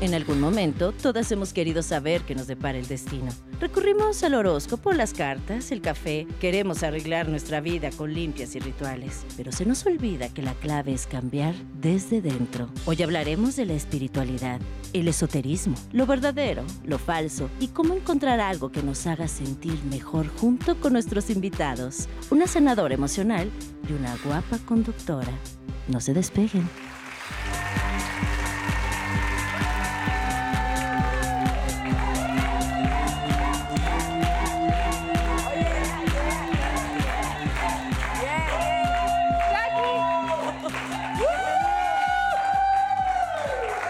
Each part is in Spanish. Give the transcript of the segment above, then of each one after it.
En algún momento, todas hemos querido saber qué nos depara el destino. Recurrimos al horóscopo, las cartas, el café. Queremos arreglar nuestra vida con limpias y rituales. Pero se nos olvida que la clave es cambiar desde dentro. Hoy hablaremos de la espiritualidad, el esoterismo, lo verdadero, lo falso y cómo encontrar algo que nos haga sentir mejor junto con nuestros invitados. Una sanadora emocional y una guapa conductora. No se despeguen.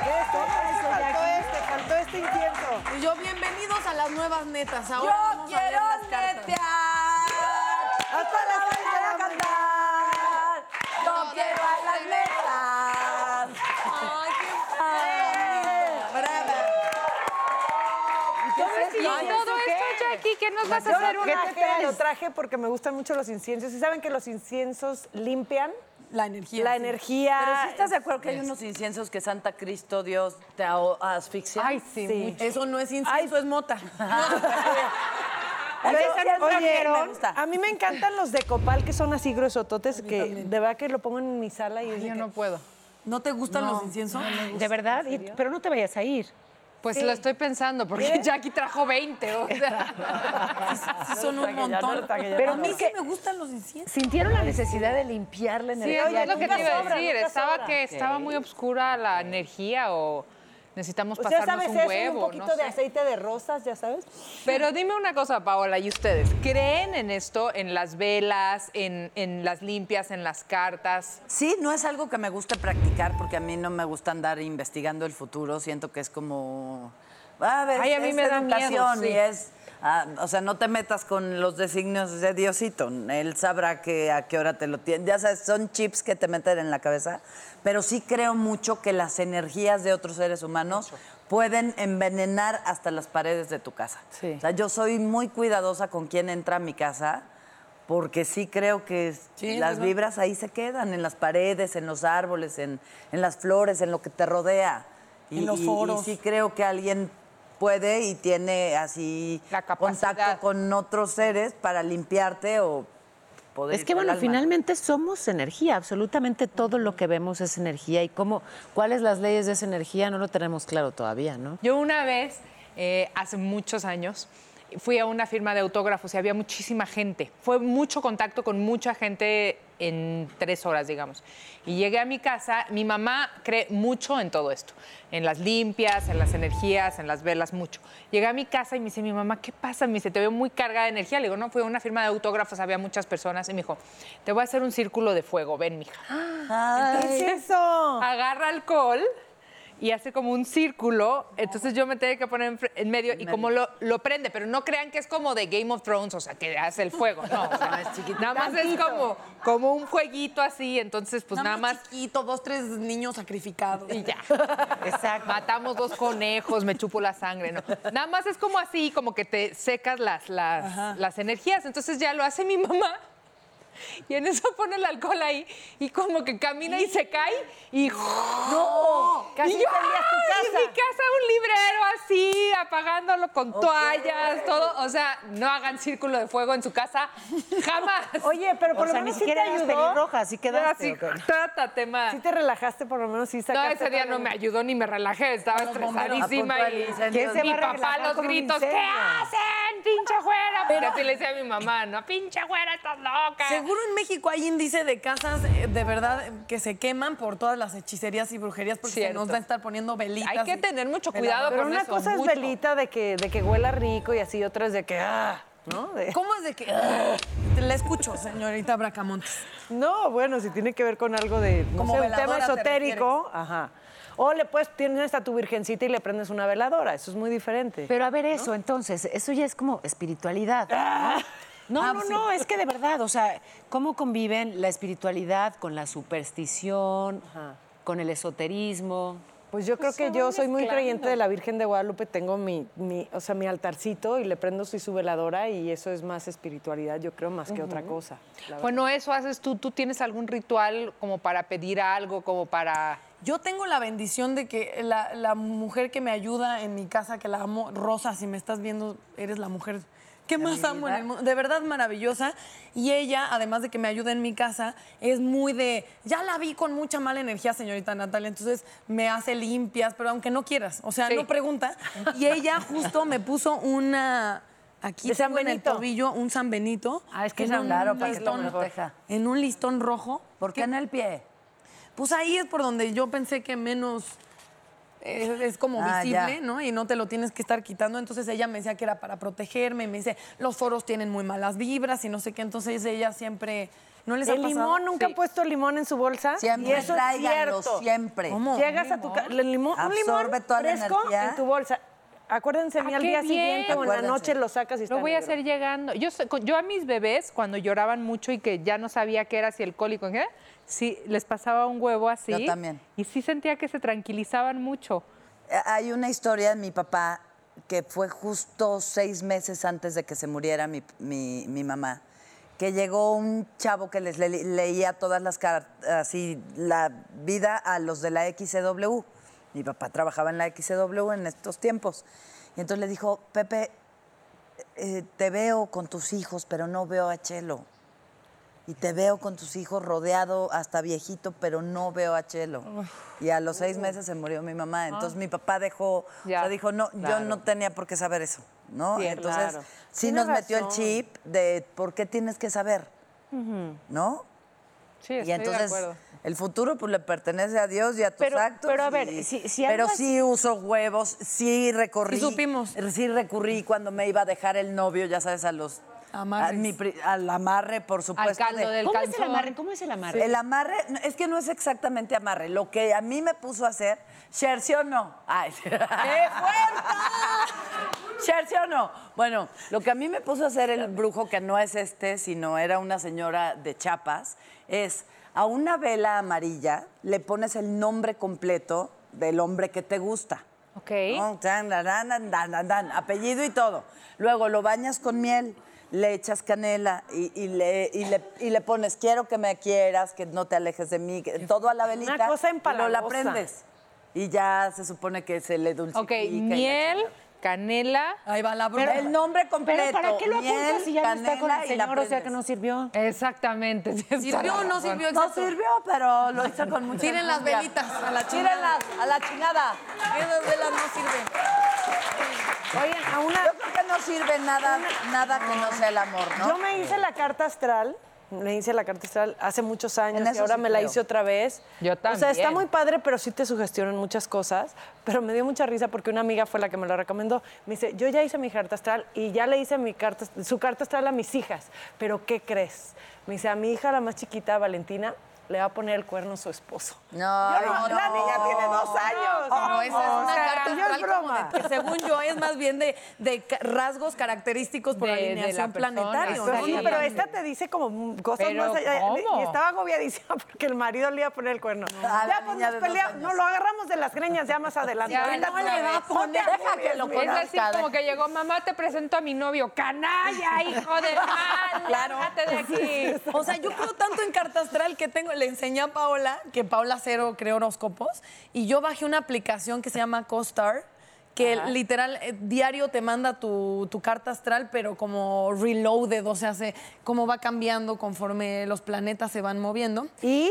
Faltó este, faltó este intento. Y yo, bienvenidos a las nuevas netas. Ahora Yo vamos a quiero ver las cartas. netear. Hasta Para las seis de bailar a la mañana. cantar. Yo quiero a las netas. Ay, Brava. ¿Qué es Y esto? todo esto, Jackie, ¿qué nos vas a Yo hacer lo- una ¿qué te traje? Lo traje porque me gustan mucho los inciensos. ¿Y saben que los inciensos limpian? La energía. La sí. energía. Pero si estás de acuerdo que hay unos inciensos que Santa Cristo, Dios, te a- asfixia. Ay, sí, Sí. mucho. Eso no es incienso, Ay. es mota. Pero- ese no oye, trajeron. me gusta. a mí me encantan los de copal que son así gruesototes que de verdad que lo pongo en mi sala y es de Yo que- no puedo. ¿No te gustan los inciensos? ¿De verdad? pero no te vayas a ir. Pues lo estoy pensando, porque Jackie trajo 20. O sea. Sí, son un montón. Pero a mí no. sí me gustan los inciensos. Sintieron la necesidad de limpiar la sí, energía. es lo que nunca te iba a sobra, decir. nunca Estaba sobra. que estaba muy oscura la energía o necesitamos O sea, pasarnos ¿sabes un eso? Y huevo. un poquito no de sé. aceite de rosas, ya sabes. Pero dime una cosa, Paola, y ustedes, ¿creen en esto, en las velas, en, en las limpias, en las cartas? Sí, no es algo que me gusta practicar porque a mí no me gusta andar investigando el futuro. Siento que es como. ah, A ver, Ay, a mí es me da miedo, educación sí. y es. ah, o sea, no te metas con los designios de Diosito. Él sabrá que, a qué hora te lo tiene. Ya sabes, son chips que te meten en la cabeza. Pero sí creo mucho que las energías de otros seres humanos pueden envenenar hasta las paredes de tu casa. Sí. O sea, yo soy muy cuidadosa con quién entra a mi casa porque sí creo que Sí, las es verdad. vibras vibras ahí se quedan, en las paredes, en los árboles, en, en las flores, en lo que te rodea. Y, En los y- y foros. sí creo que alguien puede y tiene así La capacidad. contacto con otros seres para limpiarte o poder... Es que bueno, finalmente somos energía, absolutamente todo lo que vemos es energía y cómo, cuáles las leyes de esa energía no lo tenemos claro todavía, ¿no? Yo una vez, eh, hace muchos años, fui a una firma de autógrafos y había muchísima gente. Fue mucho contacto con mucha gente en tres horas, digamos. Y llegué a mi casa, mi mamá cree mucho en todo esto, en las limpias, en las energías, en las velas, mucho. Llegué a mi casa y me dice mi mamá, ¿qué pasa? Me dice, te veo muy cargada de energía. Le digo, no, fui a una firma de autógrafos, había muchas personas. Y me dijo, te voy a hacer un círculo de fuego, ven, mija. ¿Qué es eso? agarra alcohol y hace como un círculo. Entonces yo me tengo que poner en, fre- en medio y como lo, lo prende, pero no crean que es como de Game of Thrones, o sea, que hace el fuego. No, o sea, nada más es como, como un jueguito así. Entonces, pues nada más chiquito, dos, tres niños sacrificados. y ya. Exacto. Matamos dos conejos, me chupo la sangre, ¿no? Nada más es como así, como que te secas las, las, las energías. Entonces ya lo hace mi mamá. Y en eso pone el alcohol ahí y como que camina y se cae y ¡No! Casi y yo, incendias tu ¡ay! casa. En mi casa un librero así, apagándolo con toallas, todo. O sea, no hagan círculo de fuego en su casa jamás. Oye, pero por o lo sea, ni menos sí te siquiera eras ayudó. pelirroja, así Era quedaste. así, ¿o qué? trátate más. Sí te relajaste, por lo menos sí No, sacaste. ese día no me ayudó ni me relajé, estaba estresadísima y ¿Quién se mi va a papá relajar los con un gritos, ¿qué incendio? hacen, pinche güera? Pero así le decía a mi mamá, no, pinche güera, estás loca. Seguro en México hay índice de casas eh, de verdad eh, que se queman por todas las hechicerías y brujerías porque se Cierto. nos va a estar poniendo velitas. Hay que y- tener mucho cuidado veladoras. Pero con una eso, cosa es mucho. velita de que, de que huela rico y así, otra es de que, ah, ¿no? De- ¿Cómo es de que.? Te La escucho, señorita Bracamontes. No, bueno, si tiene que ver con algo de, no Como sé, un tema veladora te esotérico, ajá. O le puedes, tienes a tu virgencita y le prendes una veladora, eso es muy diferente. Pero a ver eso, entonces, eso ya es como espiritualidad. No, no, no, es que de verdad, o sea, ¿cómo conviven la espiritualidad con la superstición, con el esoterismo? Pues yo creo que yo soy muy creyente de la Virgen de Guadalupe, tengo mi, mi, o sea, mi altarcito y le prendo su, su veladora y eso es más espiritualidad, yo creo, más que otra cosa. la verdad. Bueno, eso haces tú, tú tienes algún ritual como para pedir algo, como para... Yo tengo la bendición de que la, la mujer que me ayuda en mi casa, que la amo, Rosa, si me estás viendo, eres la mujer que más amo en el mundo. De verdad maravillosa. Y ella, además de que me ayuda en mi casa, es muy de, ya la vi con mucha mala energía, señorita Natalia, entonces me hace limpias, pero aunque no quieras, o sea, Sí. no pregunta. Y ella justo me puso una... Aquí De San tengo en el Benito. tobillo un San Benito. Ah, es que en es un claro, para que te listón- proteja. En un listón rojo. ¿Por qué en el pie? Pues ahí es por donde yo pensé que menos eh, es, como Ah, visible, ya. ¿no? Y no te lo tienes que estar quitando. Entonces ella me decía que era para protegerme. Me dice, los foros tienen muy malas vibras y no sé qué. Entonces ella siempre. ¿No les ha El pasado? limón, ¿nunca Sí. ha puesto limón en su bolsa? y Siempre, eso es tráiganlo, cierto. siempre. ¿Cómo? Llegas a tu casa, el limón, un limón Absorbe toda la fresco energía. en tu bolsa. Acuérdense, mi Ah, al qué día bien. siguiente o en la Acuérdense. noche lo sacas y está Lo voy a negro. hacer llegando. Yo, sé- con- yo a mis bebés, cuando lloraban mucho y que ya no sabía qué era, si el cólico, ¿eh? sí, les pasaba un huevo así. Yo también. Y sí sentía que se tranquilizaban mucho. Eh, Hay una historia de mi papá que fue justo seis meses antes de que se muriera mi, mi- mi mamá, que llegó un chavo que les le- leía todas las cartas, así la vida a los de la XCW. Mi papá trabajaba en la XCW en estos tiempos. Y entonces le dijo, Pepe, eh, te veo con tus hijos, pero no veo a Chelo. Y te veo con tus hijos rodeado hasta viejito, pero no veo a Chelo. Y a los seis meses se murió mi mamá. Entonces mi papá dejó, Ya, o sea, dijo, no, yo no tenía por qué saber eso, ¿no? Sí, Entonces claro. sí nos metió el chip de por qué tienes que saber, ¿no? Sí, Y estoy entonces de acuerdo. el futuro pues le pertenece a Dios y a tus Pero- actos. pero a ver, y- si- si pero algo así- sí uso huevos, sí recorrí. Sí supimos. Sí recurrí cuando me iba a dejar el novio, ya sabes, a los Amarres. a mi pri- al amarre, por Al supuesto. caldo de- del ¿Cómo es el calzón. amarre? ¿Cómo es el amarre? El amarre, no, es que no es exactamente amarre. Lo que a mí me puso a hacer, Cher, ¿sí o no? ¡Ay! ¡Qué fuerte! Cher, ¿sí o no? Bueno, lo que a mí me puso a hacer el brujo, que no es este, sino era una señora de Chiapas, es a una vela amarilla le pones el nombre completo del hombre que te gusta. Ok. ¿no? Tan, dan, dan, dan, dan, dan, dan, apellido y todo. Luego lo bañas con miel, le echas canela y, y le, y le- y le pones quiero que me quieras, que no te alejes de mí, que- todo a la velita. cosa y luego la empalagosa. prendes. Y ya se supone que se le dulcifica. ok, y la miel, canela. Ahí va la chingada. broma. el nombre completo. Pero ¿para qué lo miel, apuntas si ya no está con canela el y la señor? O sea, que prendes. no sirvió. Exactamente. ¿Sirvió o no sirvió? No Exacto. sirvió, pero lo hizo con mucha Tiren las enjundia. velitas a la chingada. Tírenlas, a la chingada. Esas velas no sirven. Oigan, a una, Yo creo que no sirve nada, nada que no sea el amor, ¿no? Yo me hice la carta astral, me hice la carta astral hace muchos años En y eso ahora sí me la creo. hice otra vez. Yo O sea, está también. muy padre, pero sí te sugestionan muchas cosas. Pero me dio mucha risa porque una amiga fue la que me lo recomendó. Me dice, yo ya hice mi carta astral y ya le hice mi carta, su carta astral a mis hijas. Pero ¿qué crees? Me dice, a mi hija, la más chiquita, Valentina, le va a poner el cuerno a su esposo. No, no, La niña tiene dos años. No, esa es O una sea, carta no es astral como broma. de- que según yo es más bien de, de ca- rasgos característicos por De- de la alineación persona, planetaria. sí. ¿no? Pero sí, Ahí. pero esta te dice como mm, cosas Pero, más allá. ¿cómo? Y estaba agobiadísima porque el marido le iba a poner el cuerno. A la Ya pues niña nos de dos peleamos. años. No, lo agarramos de las greñas ya más adelante. Ya, Ahorita no tú le ves. va a No te poner, deja agobies, que lo mira. Es así Conozca, como que llegó, mamá, te presento a mi novio. ¡Canalla, hijo de mal! Claro. ¡Lárgate de aquí! O sea, yo creo tanto en carta astral que tengo, le enseñé a Paola, que Paola Cero cree horóscopos, y yo bajé una aplicación que se llama CoStar, que literal eh, diario te manda tu, tu carta astral, pero como reloaded, o sea, se, cómo va cambiando conforme los planetas se van moviendo. ¿Y?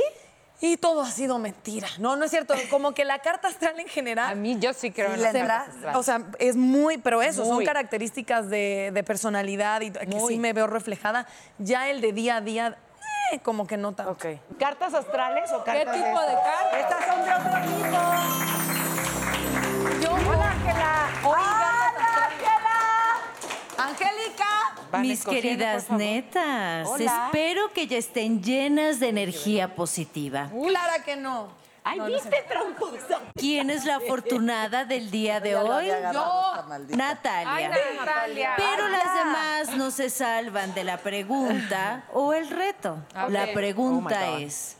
Y todo ha sido mentira. No, no es cierto. Como que la carta astral en general. A mí yo sí creo Sí, en las le cartas entra- astrales. O sea, es muy, pero eso, son Muy. características de, de personalidad y t- que Muy. sí me veo reflejada. Ya el de día a día, eh, como que no tanto. Ok. ¿Cartas astrales o ¿Qué cartas tipo de carta? Estas son de otro tipo. Yo, Hola, Ángela. Hola, Van Mis escogiendo, queridas por favor. netas, espero que ya estén llenas de energía positiva. Clara que no. Ay, viste, tramposa. ¿Quién es la afortunada del día de Ya lo hoy? había agarrado, esta maldita. ¡Ay, Natalia. Natalia! Pero las demás no se salvan de la pregunta o el reto. Ah, Ok. La pregunta es,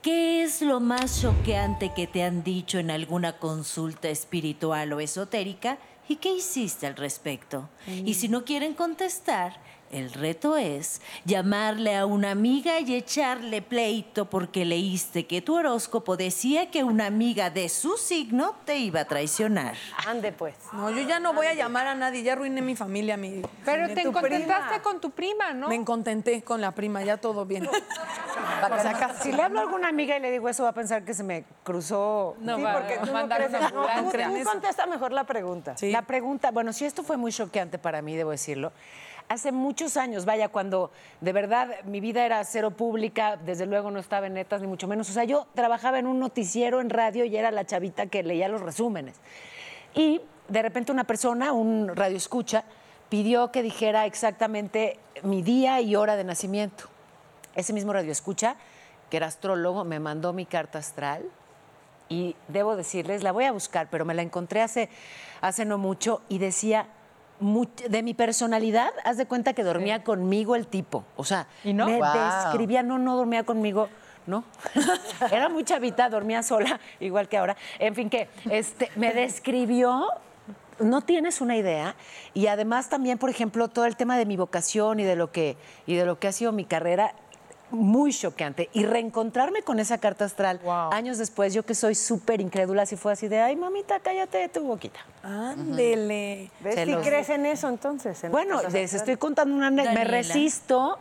¿qué es lo más choqueante que te han dicho en alguna consulta Mm. espiritual o esotérica y qué hiciste al respecto? Y si no quieren contestar, El reto es llamarle a una amiga y echarle pleito porque leíste que tu horóscopo decía que una amiga de su signo te iba a traicionar. Ande pues. No, yo ya no voy a llamar a nadie, ya arruiné mi familia, mi. Pero te tu contentaste prima. con tu prima, ¿no? Me encontenté con la prima, ya todo bien. O sea, ca- si le hablo a alguna amiga y le digo eso, va a pensar que se me cruzó. No, Sí, va, porque tú no mandar crees- una no, tú- ambulancia. tú contesta mejor la pregunta. Sí. La pregunta, bueno, si esto fue muy choqueante para mí, debo decirlo. Hace muchos años, vaya, cuando de verdad mi vida era cero pública, desde luego no estaba en netas, ni mucho menos. O sea, yo trabajaba en un noticiero en radio y era la chavita que leía los resúmenes. Y de repente una persona, un radio escucha, pidió que dijera exactamente mi día y hora de nacimiento. Ese mismo radio escucha, que era astrólogo, me mandó mi carta astral y debo decirles, la voy a buscar, pero me la encontré hace, hace no mucho y decía, much- de mi personalidad, haz de cuenta que dormía conmigo el tipo. O sea, ¿Y no? me Wow. describía, no, no dormía conmigo. No, era muy chavita, dormía sola, igual que ahora. En fin, que este, me describió, no tienes una idea, y además también, por ejemplo, todo el tema de mi vocación y de lo que, y de lo que ha sido mi carrera, muy choqueante. Y reencontrarme con esa carta astral Wow. años después, yo que soy súper incrédula, si fue así de, ay, mamita, cállate de tu boquita. Ándele. ¿Ves Se si los- crees en eso entonces? en Bueno, este las cosas les estoy astrales? contando una anécdota, me Daniela. resisto,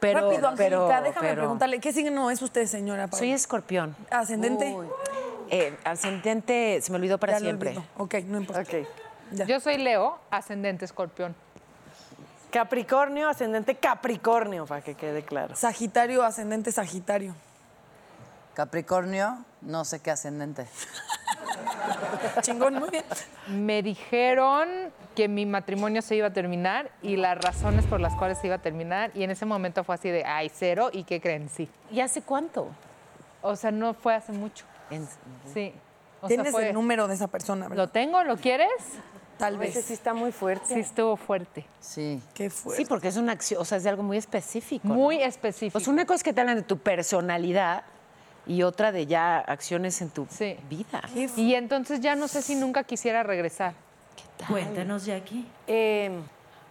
pero... Rápido, pero- Angélica, déjame pero- preguntarle, ¿qué signo es usted, señora Paola? Soy escorpión. ascendente. Eh, ascendente, se me olvidó para Ya lo siempre. olvido. Ok, no importa. Ok. Ya. Yo soy Leo, ascendente escorpión. Capricornio, ascendente Capricornio, para que quede claro. Sagitario, ascendente Sagitario. Capricornio, no sé qué ascendente. Chingón, muy bien. Me dijeron que mi matrimonio se iba a terminar y las razones por las cuales se iba a terminar. Y en ese momento fue así de, ay, cero, ¿y qué creen? Sí. ¿Y hace cuánto? O sea, no fue hace mucho. En- Sí. O sea, Tienes fue- el número de esa persona, ¿Lo ¿verdad? tengo? ¿Lo quieres? Tal Ese sí vez. está muy fuerte. Sí, estuvo fuerte. Sí. ¿Qué fue? Sí, porque es una acción, o sea, es de algo muy específico. ¿no? Muy específico. O sea, Pues una cosa es que te hablan de tu personalidad y otra de ya acciones en tu Sí. vida. Y entonces ya no sé si nunca quisiera regresar. Cuéntanos, Jackie. Eh,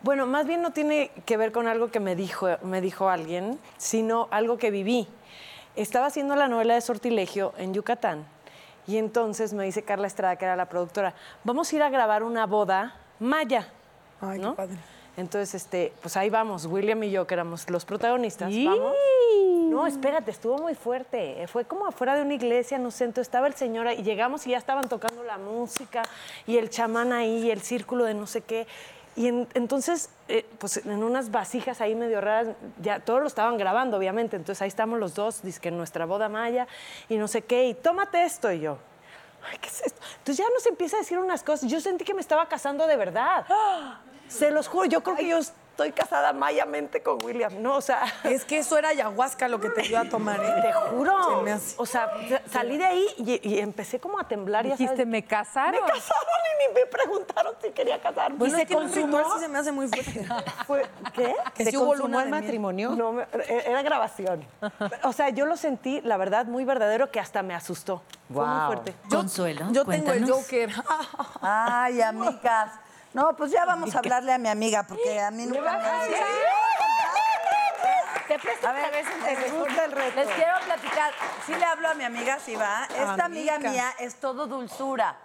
bueno, más bien no tiene que ver con algo que me dijo, me dijo alguien, sino algo que viví. Estaba haciendo la novela de Sortilegio en Yucatán y entonces me dice Carla Estrada, que era la productora, vamos a ir a grabar una boda maya. Ay, qué ¿no? padre. Entonces, este, pues ahí vamos, William y yo, que éramos los protagonistas. Vamos. No, espérate, estuvo muy fuerte. Eh, Fue como afuera de una iglesia, en un centro, estaba el señor ahí, y llegamos y ya estaban tocando la música y el chamán ahí, y el círculo de no sé qué. Y en- entonces, eh, pues en unas vasijas ahí medio raras, ya todos lo estaban grabando, obviamente. Entonces ahí estamos los dos, dizque en nuestra boda maya y no sé qué, y tómate esto y yo. Ay, ¿qué es esto? Entonces ya nos empieza a decir unas cosas. Yo sentí que me estaba casando de verdad. Se los juro, yo creo que yo estoy casada mayamente con William. No, o sea, Es que eso era ayahuasca lo que te iba a tomar, ¿eh? te juro. Se me hace. O sea, sa- salí de ahí y, y empecé como a temblar. Ya Dijiste, sabes. me casaron. Me casaron y ni me preguntaron si quería casarme. Bueno, ¿Y es que en un ritual sí se me hace muy fuerte. Fue- ¿Qué? Que ¿Se sí hubo consumó luna el de miel. matrimonio? No, me- e-, era grabación. O sea, yo lo sentí, la verdad, muy verdadero que hasta me asustó. Fue muy Wow. fuerte. Consuelo, Yo tengo el cuéntanos. Joker. Ay, amigas. No, pues ya vamos a hablarle a mi amiga, porque a mí nunca me han dicho. Te presto A ver, les, les quiero platicar. Sí le hablo a mi amiga, sí va. Esta amiga. Amiga. mía es todo dulzura.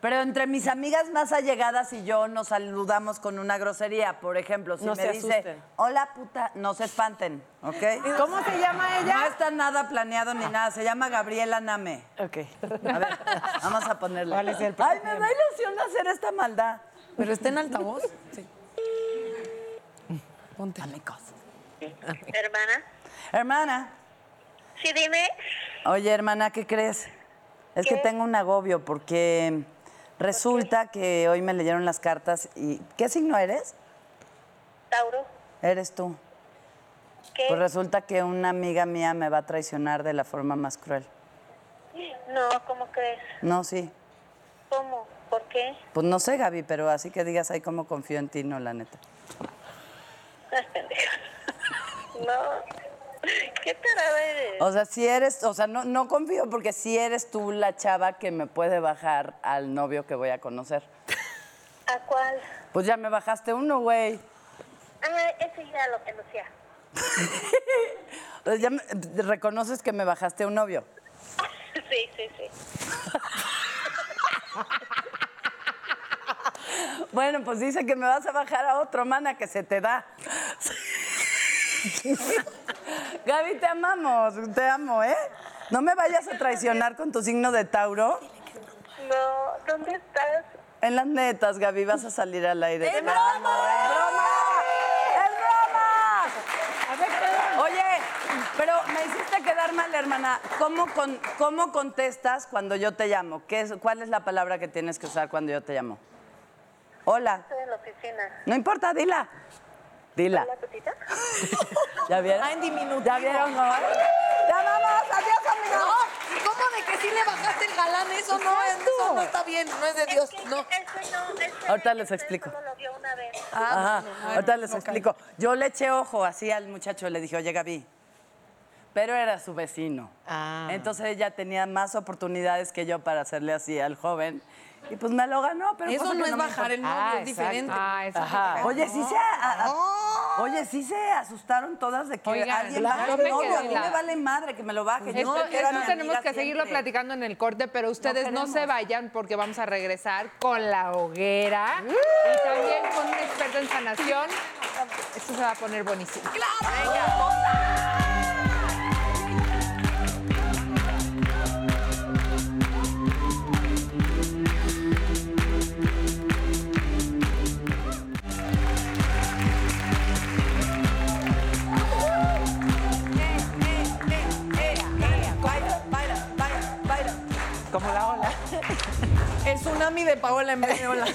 Pero entre mis amigas más allegadas y yo nos saludamos con una grosería. Por ejemplo, si No me se dice, asusten. hola puta, no se espanten, ¿ok? ¿Cómo se llama No ella? está nada planeado ni nada. Se llama Gabriela Name. Ok. A ver, vamos a ponerle. ¿Cuál es el Ay, me da ilusión hacer esta maldad. Pero está en altavoz. Sí. Ponte. Amigos. Hermana, Hermana. sí, dime. Oye, hermana, ¿qué crees? Es que tengo un agobio porque resulta que hoy me leyeron las cartas y ¿qué signo eres? Tauro, Eres tú. ¿qué? Pues resulta que una amiga mía me va a traicionar de la forma más cruel. No, ¿cómo crees? No, sí. ¿Cómo? ¿Por qué? Pues no sé, Gaby, pero así que digas, ay, cómo confío en ti, no, la neta. No, pendeja. No. ¿Qué tarada eres? O sea, si eres, o sea, no, no confío porque si eres tú la chava que me puede bajar al novio que voy a conocer. ¿A cuál? Pues ya me bajaste uno, güey. Ay, eso Ah, ya lo que lucía. Pues Ya me- reconoces que me bajaste a un novio. Sí, sí, sí. Bueno, pues dice que me vas a bajar a otro, mana, que se te da. Gaby, te amamos, te amo, ¿eh? No me vayas a traicionar con tu signo de Tauro. No, ¿dónde estás? En las netas, Gaby, vas a salir al aire. ¡Es broma! ¡Es broma! Oye, pero me hiciste quedar mal, hermana. ¿Cómo, con- cómo contestas cuando yo te llamo? ¿Qué es- ¿Cuál es la palabra que tienes que usar cuando yo te llamo? Hola. Estoy en la oficina. No importa, dila. Dila. ¿La tutita? ¿Ya vieron? Ah, en diminutivo. ¿Ya vieron? cómo? ¡Ya vamos! ¡Adiós, amigos! ¿Cómo de que sí le bajaste el galán? Eso no es, eso no está bien, no es de Dios, Es que no. Eso no, eso Ahorita eso les explico. Ah, Solo lo vio una vez. Ah, Ajá, ahorita les explico. Yo le eché ojo así al muchacho, le dije, oye, Gaby, pero era su vecino. Ah. Entonces ella tenía más oportunidades que yo para hacerle así al joven. Y pues me lo ganó, pero Eso cosa que no es me bajar el importa. novio, es diferente. Ah, eso Ajá. Oye, sí se a- a- Oye, sí se asustaron todas de que Oh. Oigan, alguien claro, baje yo el me novio. quedé A mí helada. me vale madre que me lo baje. yo Esto, quiero a esto mi tenemos amiga que seguirlo siempre. platicando en el corte, pero ustedes no, queremos. se vayan porque vamos a regresar con la hoguera y también con un experto en sanación. Esto se va a poner buenísimo. El tsunami de Paola en vez de Ola.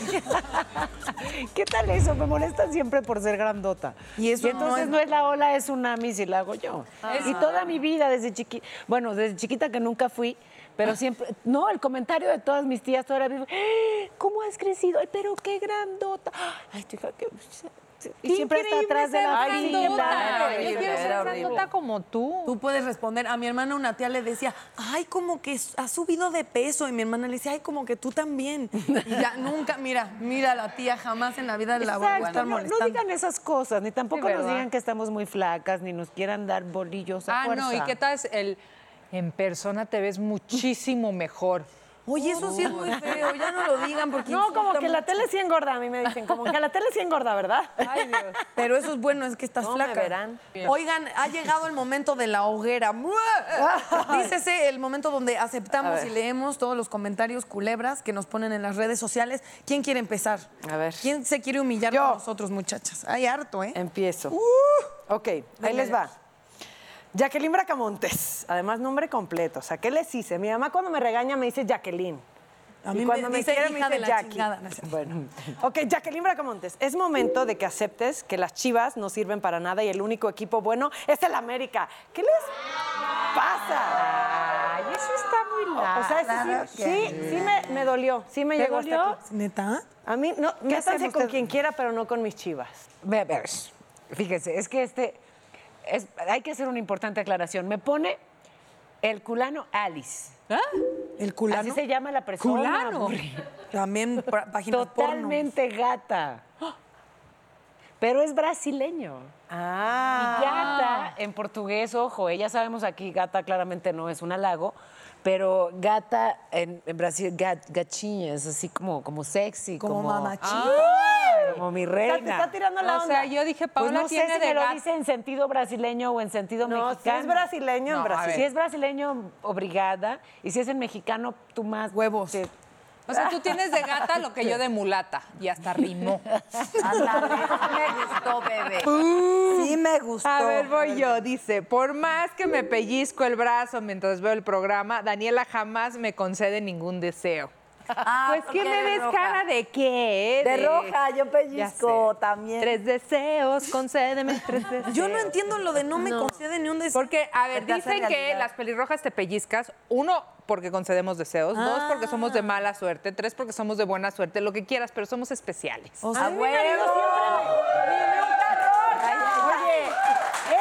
¿Qué tal eso? Me molestan siempre por ser grandota. Y eso entonces no no es- es... Ah. la ola, es tsunami si la hago yo. Y toda mi vida, desde chiquita, bueno, desde chiquita que nunca fui, pero siempre, no, el comentario de todas mis tías toda la vida, "¡Ah! ¿cómo has crecido? Ay, pero qué grandota. Ay, chica, qué... Y siempre está atrás de la Ay, fila. grandota. Yo quiero ser Era horrible. grandota como tú. Tú puedes responder. A mi hermana una tía le decía, ay, como que has subido de peso. Y mi hermana le decía, ay, como que tú también. Y ya nunca, mira, mira la tía, jamás en la vida la voy a Exacto, estar Ah, no, no molestando. digan esas cosas, ni tampoco nos ¿verdad? digan que estamos muy flacas, ni nos quieran dar bolillos a Ah, fuerza. no, ¿y qué tal es el en persona te ves muchísimo mejor? Oye, eso sí es muy feo, ya no lo digan porque No, como insulta que la mucho. tele sí engorda, a mí me dicen, como que la tele sí engorda, ¿verdad? Ay, Dios. Pero eso es bueno, es que estás No me flaca. verán. Oigan, ha llegado el momento de la hoguera. ¡Mua! Dícese el momento donde aceptamos y leemos todos los comentarios culebras que nos ponen en las redes sociales. ¿Quién quiere empezar? A ver. ¿Quién se quiere humillar con nosotros, muchachas? Hay harto, ¿eh? Em- Empiezo. ok, ahí Venga, les va. Jacqueline Bracamontes, además nombre completo, o sea, ¿qué les hice? Mi mamá cuando me regaña me dice Jacqueline. A Y mí me cuando dice quiere, hija de la Jackie. chingada, no es cierto. Bueno. Ok, Jacqueline Bracamontes, es momento de que aceptes que las chivas no sirven para nada y el único equipo bueno es el América. ¿Qué les pasa? Ay, eso está muy largo. Ah, O sea, eso sí, sí, sí me, me dolió, sí me llegó hasta aquí. ¿Neta? A mí, no, métanse hacen con ustedes? quien quiera, pero no con mis chivas. Ve a ver, fíjese, es que este, es- hay que hacer una importante aclaración. Me pone el culano Alice. ¿El culano? Así se llama la persona. ¿Culano? Burri. También pra- páginas porno. Totalmente gata. Pero es brasileño. Ah. Y gata en portugués, ojo, eh, ya sabemos aquí, gata claramente no es un halago, pero gata en, en Brasil, gat- gatinha, es así como, como sexy, Como como, mamachita. como mi reina. Te está tirando la o onda. sea, yo dije, Pues Paola no sé tiene si de me lo gato. dice en sentido brasileño o en sentido no, si mexicano. es brasileño, en Brasil. Si es brasileño, obrigada. Y si es en mexicano, tú más. Huevos. te- O sea, tú tienes de gata lo que yo de mulata y hasta rimó. Ándale, sí me gustó, bebé. Sí me gustó. Uh. A ver, voy yo. Dice, por más que me pellizco el brazo mientras veo el programa, Daniela jamás me concede ningún deseo. Ah, pues, ¿qué porque me de ves roja. cara de qué? De roja, Ya yo pellizco sé. también. Tres deseos, concédeme tres deseos. Yo no entiendo lo de no me concede ni un deseo. Porque, a ver, Se te hace dicen que realidad. las pelirrojas te pellizcas, uno, porque concedemos deseos, dos, porque somos de mala suerte, tres, porque somos de buena suerte, lo que quieras, pero somos especiales. ¡A huevo! Oye,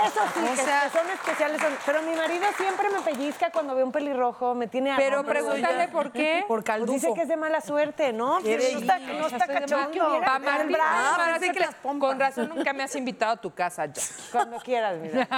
Eso sí, O que- sea- que son especiales. son- Pero mi marido siempre me pellizca cuando ve un pelirrojo, Ah, me tiene Pero algo, pregúntale por qué. Por Pues caldufo. dice que es de mala suerte, ¿no? Pues Quiere no está, ir. no está cachondo. Pa' Martín, brazo. para Ah, pensé que que te- las pompas. Con razón nunca me has invitado a tu casa, Jackie. Cuando quieras, mira.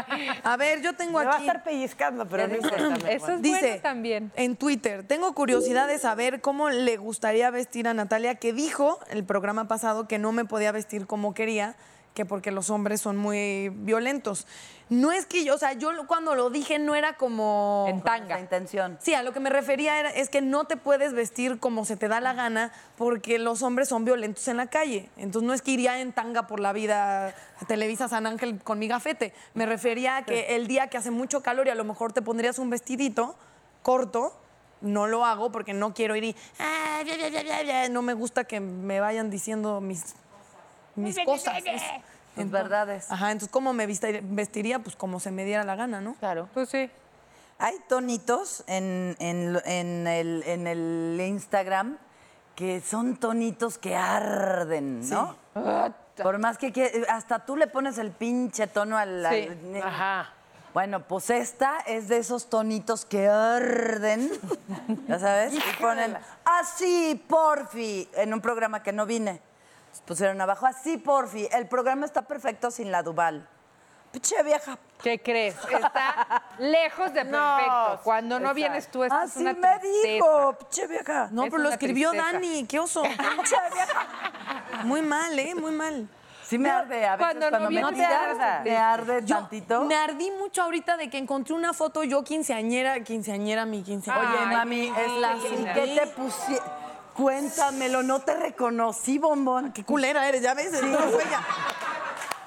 A ver, yo tengo Me va a aquí. estar pellizcando, pero no importa. me Eso es Dice, bueno también. En Twitter, tengo curiosidad de saber cómo le gustaría vestir a Natalia, que dijo el programa pasado que no me podía vestir como quería, que porque los hombres son muy violentos. No es que yo, o sea, yo lo- cuando lo dije no era como... En La tanga. intención. Sí, a lo que me refería era, es que no te puedes vestir como se te da la gana porque los hombres son violentos en la calle. Entonces no es que iría en tanga por la vida a Televisa San Ángel con mi gafete. Me refería a que el día que hace mucho calor y a lo mejor te pondrías un vestidito corto, no lo hago porque no quiero ir y... "Ah, ya, ya, ya, ya, ya". No me gusta que me vayan diciendo mis, mis cosas. mis- Tus verdades. Ajá, entonces ¿cómo me vista- vestiría? Pues como se me diera la gana, ¿no? Claro. Pues sí. Hay tonitos en, en lo- en el, en el Instagram que son tonitos que arden, ¿no? Por más que quie- hasta tú le pones el pinche tono al... Sí, al- Bueno, pues esta es de esos tonitos que arden, ¿ya sabes? Y ponen, así, porfi, en un programa que no vine. Pues Pusieron abajo, así, porfi, el programa está perfecto sin la Duval. Pinche vieja, ¿Qué crees? Está lejos de perfecto. Cuando no vienes tú, esto es así una me tristeza. dijo, pinche vieja. No, Es pero lo una escribió tristeza. Dani, qué oso. Muy mal, ¿eh? Muy mal. Sí me arde a veces cuando cuando, no viene me te tiras, arde. me arde Yo tantito. me ardí mucho ahorita de que encontré una foto yo quinceañera, quinceañera, mi quinceañera. Oye, Ay, mami, es la... ¿Y divina. qué te puse? Cuéntamelo, no te reconocí, bombón. qué culera eres, ya ves, no fue ella.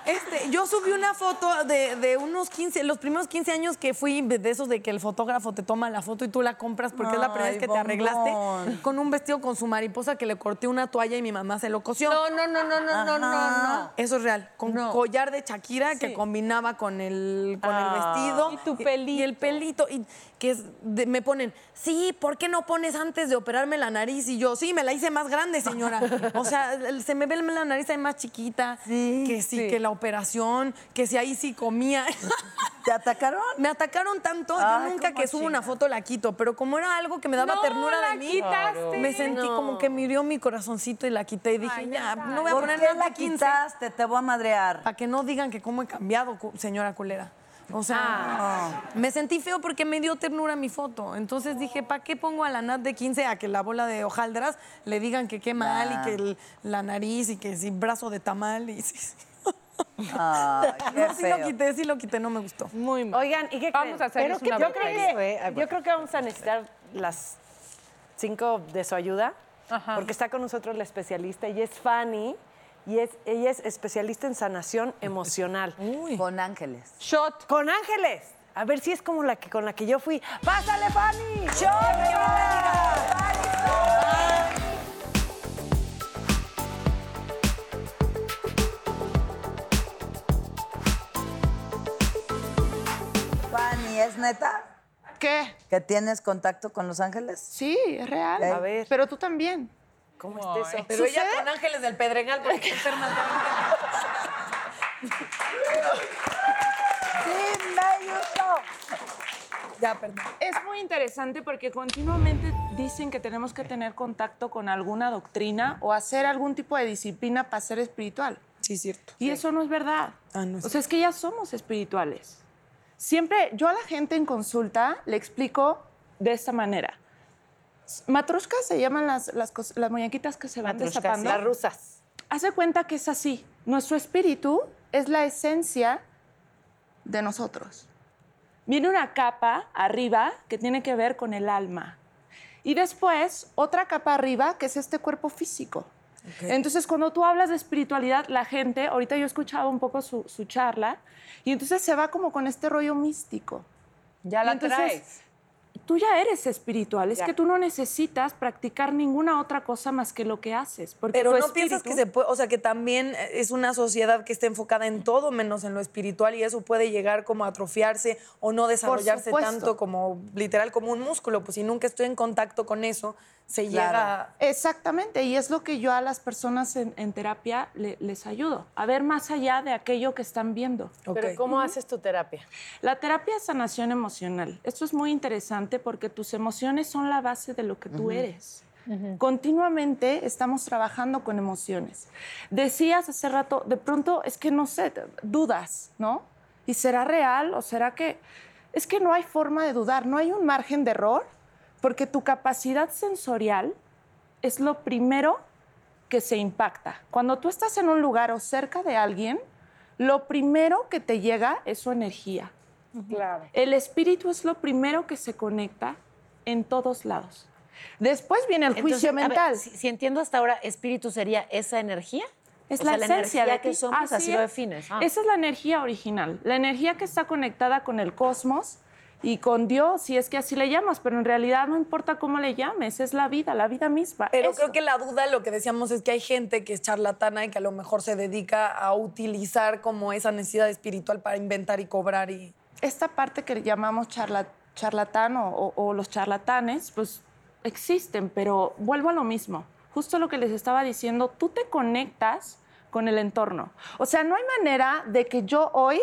Este, yo subí una foto de, de unos 15, los primeros 15 años que fui de de esos de que el fotógrafo te toma la foto y tú la compras porque es la primera Ay, vez que te arreglaste bombón. con un vestido con su mariposa que le corté una toalla y mi mamá se lo cosió. No, no, no, no, no, no, no, no. Eso es real. Con collar de Shakira que combinaba con el, con el vestido. Y tu Y, el pelito. Y que es de- me ponen, sí, ¿por qué no pones antes de operarme la nariz? Y yo, sí, me la hice más grande, señora. o sea, el- se me ve la nariz ahí más chiquita. Sí, que sí, sí. que la operación, que si ahí sí comía. ¿Te atacaron? me atacaron tanto, Ay, yo nunca cómo que subo chinga. una foto la quito, pero como era algo que me daba No, ternura la de mí, quitaste. me sentí como que me hirió mi corazoncito y la quité y dije, ya, no voy a ¿Por poner qué nada la de 15. quitaste? Te voy a madrear. Para que no digan que cómo he cambiado, cu- señora culera. O sea, Ah. me sentí feo porque me dio ternura mi foto. Entonces dije, ¿para qué pongo a la Nat de 15 a que la bola de hojaldras le digan que qué mal y que el- la nariz y que sin brazo de tamal? Y sí, sí. Ay, qué No, sí lo feo. quité, sí lo quité, no me gustó. Muy mal. Oigan, ¿y qué Vamos creen? a hacerles Pero una que- yo, broma. creo que, yo creo que vamos a necesitar las cinco de su ayuda, porque está con nosotros la especialista y es Fanny, y es, ella es especialista en sanación emocional. Mm. Con ángeles. Shot. Con Ángeles, a ver si es como la que con la que yo fui. ¡Pásale, Fanny! Fanny, ¿es neta ¿Qué? que tienes contacto con los ángeles? Sí, es real. A ver. Pero tú también. ¿Cómo está eso? Pero ella con Ángeles del Pedregal, porque Sí, me gustó. Ya, perdón. Es muy interesante porque continuamente dicen que tenemos que tener contacto con alguna doctrina o hacer algún tipo de disciplina para ser espiritual. Sí, cierto. Y eso no es verdad. Ah, no es o sea, es que ya somos espirituales. Siempre yo a la gente en consulta le explico de esta manera. Matroscas se llaman las, las, cos- las muñequitas que se van destapando. Las rusas. Hace cuenta que es así. Nuestro espíritu es la esencia de nosotros. Viene una capa arriba que tiene que ver con el alma. Y después otra capa arriba que es este cuerpo físico. Entonces, cuando tú hablas de espiritualidad, la gente, ahorita yo escuchaba un poco su, su charla, y entonces se va como con este rollo místico. Ya la Entonces, traes. Tú ya eres espiritual, es que tú no necesitas practicar ninguna otra cosa más que lo que haces. Porque Pero tu no piensas que espíritu- se puede, o sea, que también eh, es una sociedad que está enfocada en todo menos en lo espiritual y eso puede llegar como a atrofiarse o no desarrollarse supuesto. tanto como literal como un músculo, pues si nunca estoy en contacto con eso, se llega. Claro. Exactamente, y es lo que yo a las personas en, en terapia le- les ayudo, a ver más allá de aquello que están viendo. Pero ¿cómo haces tu terapia? La terapia es sanación emocional. Esto es muy interesante porque tus emociones son la base de lo que tú Ujú. eres. Continuamente estamos trabajando con emociones. Decías hace rato, de pronto es que no sé, te- dudas, ¿no? ¿Y será real o será que... Es que no hay forma de dudar, no hay un margen de error, porque tu capacidad sensorial es lo primero que se impacta. Cuando tú estás en un lugar o cerca de alguien, lo primero que te llega es su energía. Claro. El espíritu es lo primero que se conecta en todos lados. Después viene el Entonces, juicio a ver, mental. si, si entiendo hasta ahora, espíritu sería esa energía. Es O la sea, esencia energía de que ti. somos, así, lo es. defines. Ah. Esa es la energía original, la energía que está conectada con el cosmos y con Dios, si es que así le llamas, pero en realidad no importa cómo le llames, es la vida, la vida misma. Pero Eso. creo que la duda, lo que decíamos, es que hay gente que es charlatana y que a lo mejor se dedica a utilizar como esa necesidad espiritual para inventar y cobrar y. esta parte que llamamos charla- charlatán o, o- o los charlatanes, pues existen, pero vuelvo a lo mismo. Justo lo que les estaba diciendo, tú te conectas con el entorno. O sea, no hay manera de que yo hoy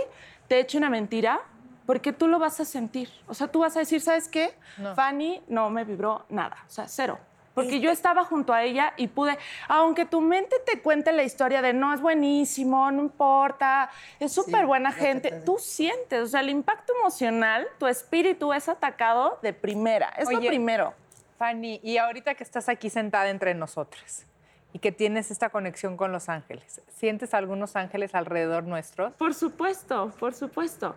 te eche una mentira porque tú lo vas a sentir. O sea, tú vas a decir, ¿sabes qué? Fanny no me vibró nada. O sea, cero. Porque yo estaba junto a ella y pude, aunque tu mente te cuente la historia de no es buenísimo, no importa, es súper buena gente, tú sientes, o sea, el impacto emocional, tu espíritu es atacado de primera, es lo Oye, primero. Fanny, y ahorita que estás aquí sentada entre nosotras y que tienes esta conexión con los ángeles, ¿sientes algunos ángeles alrededor nuestros? Por supuesto, por supuesto.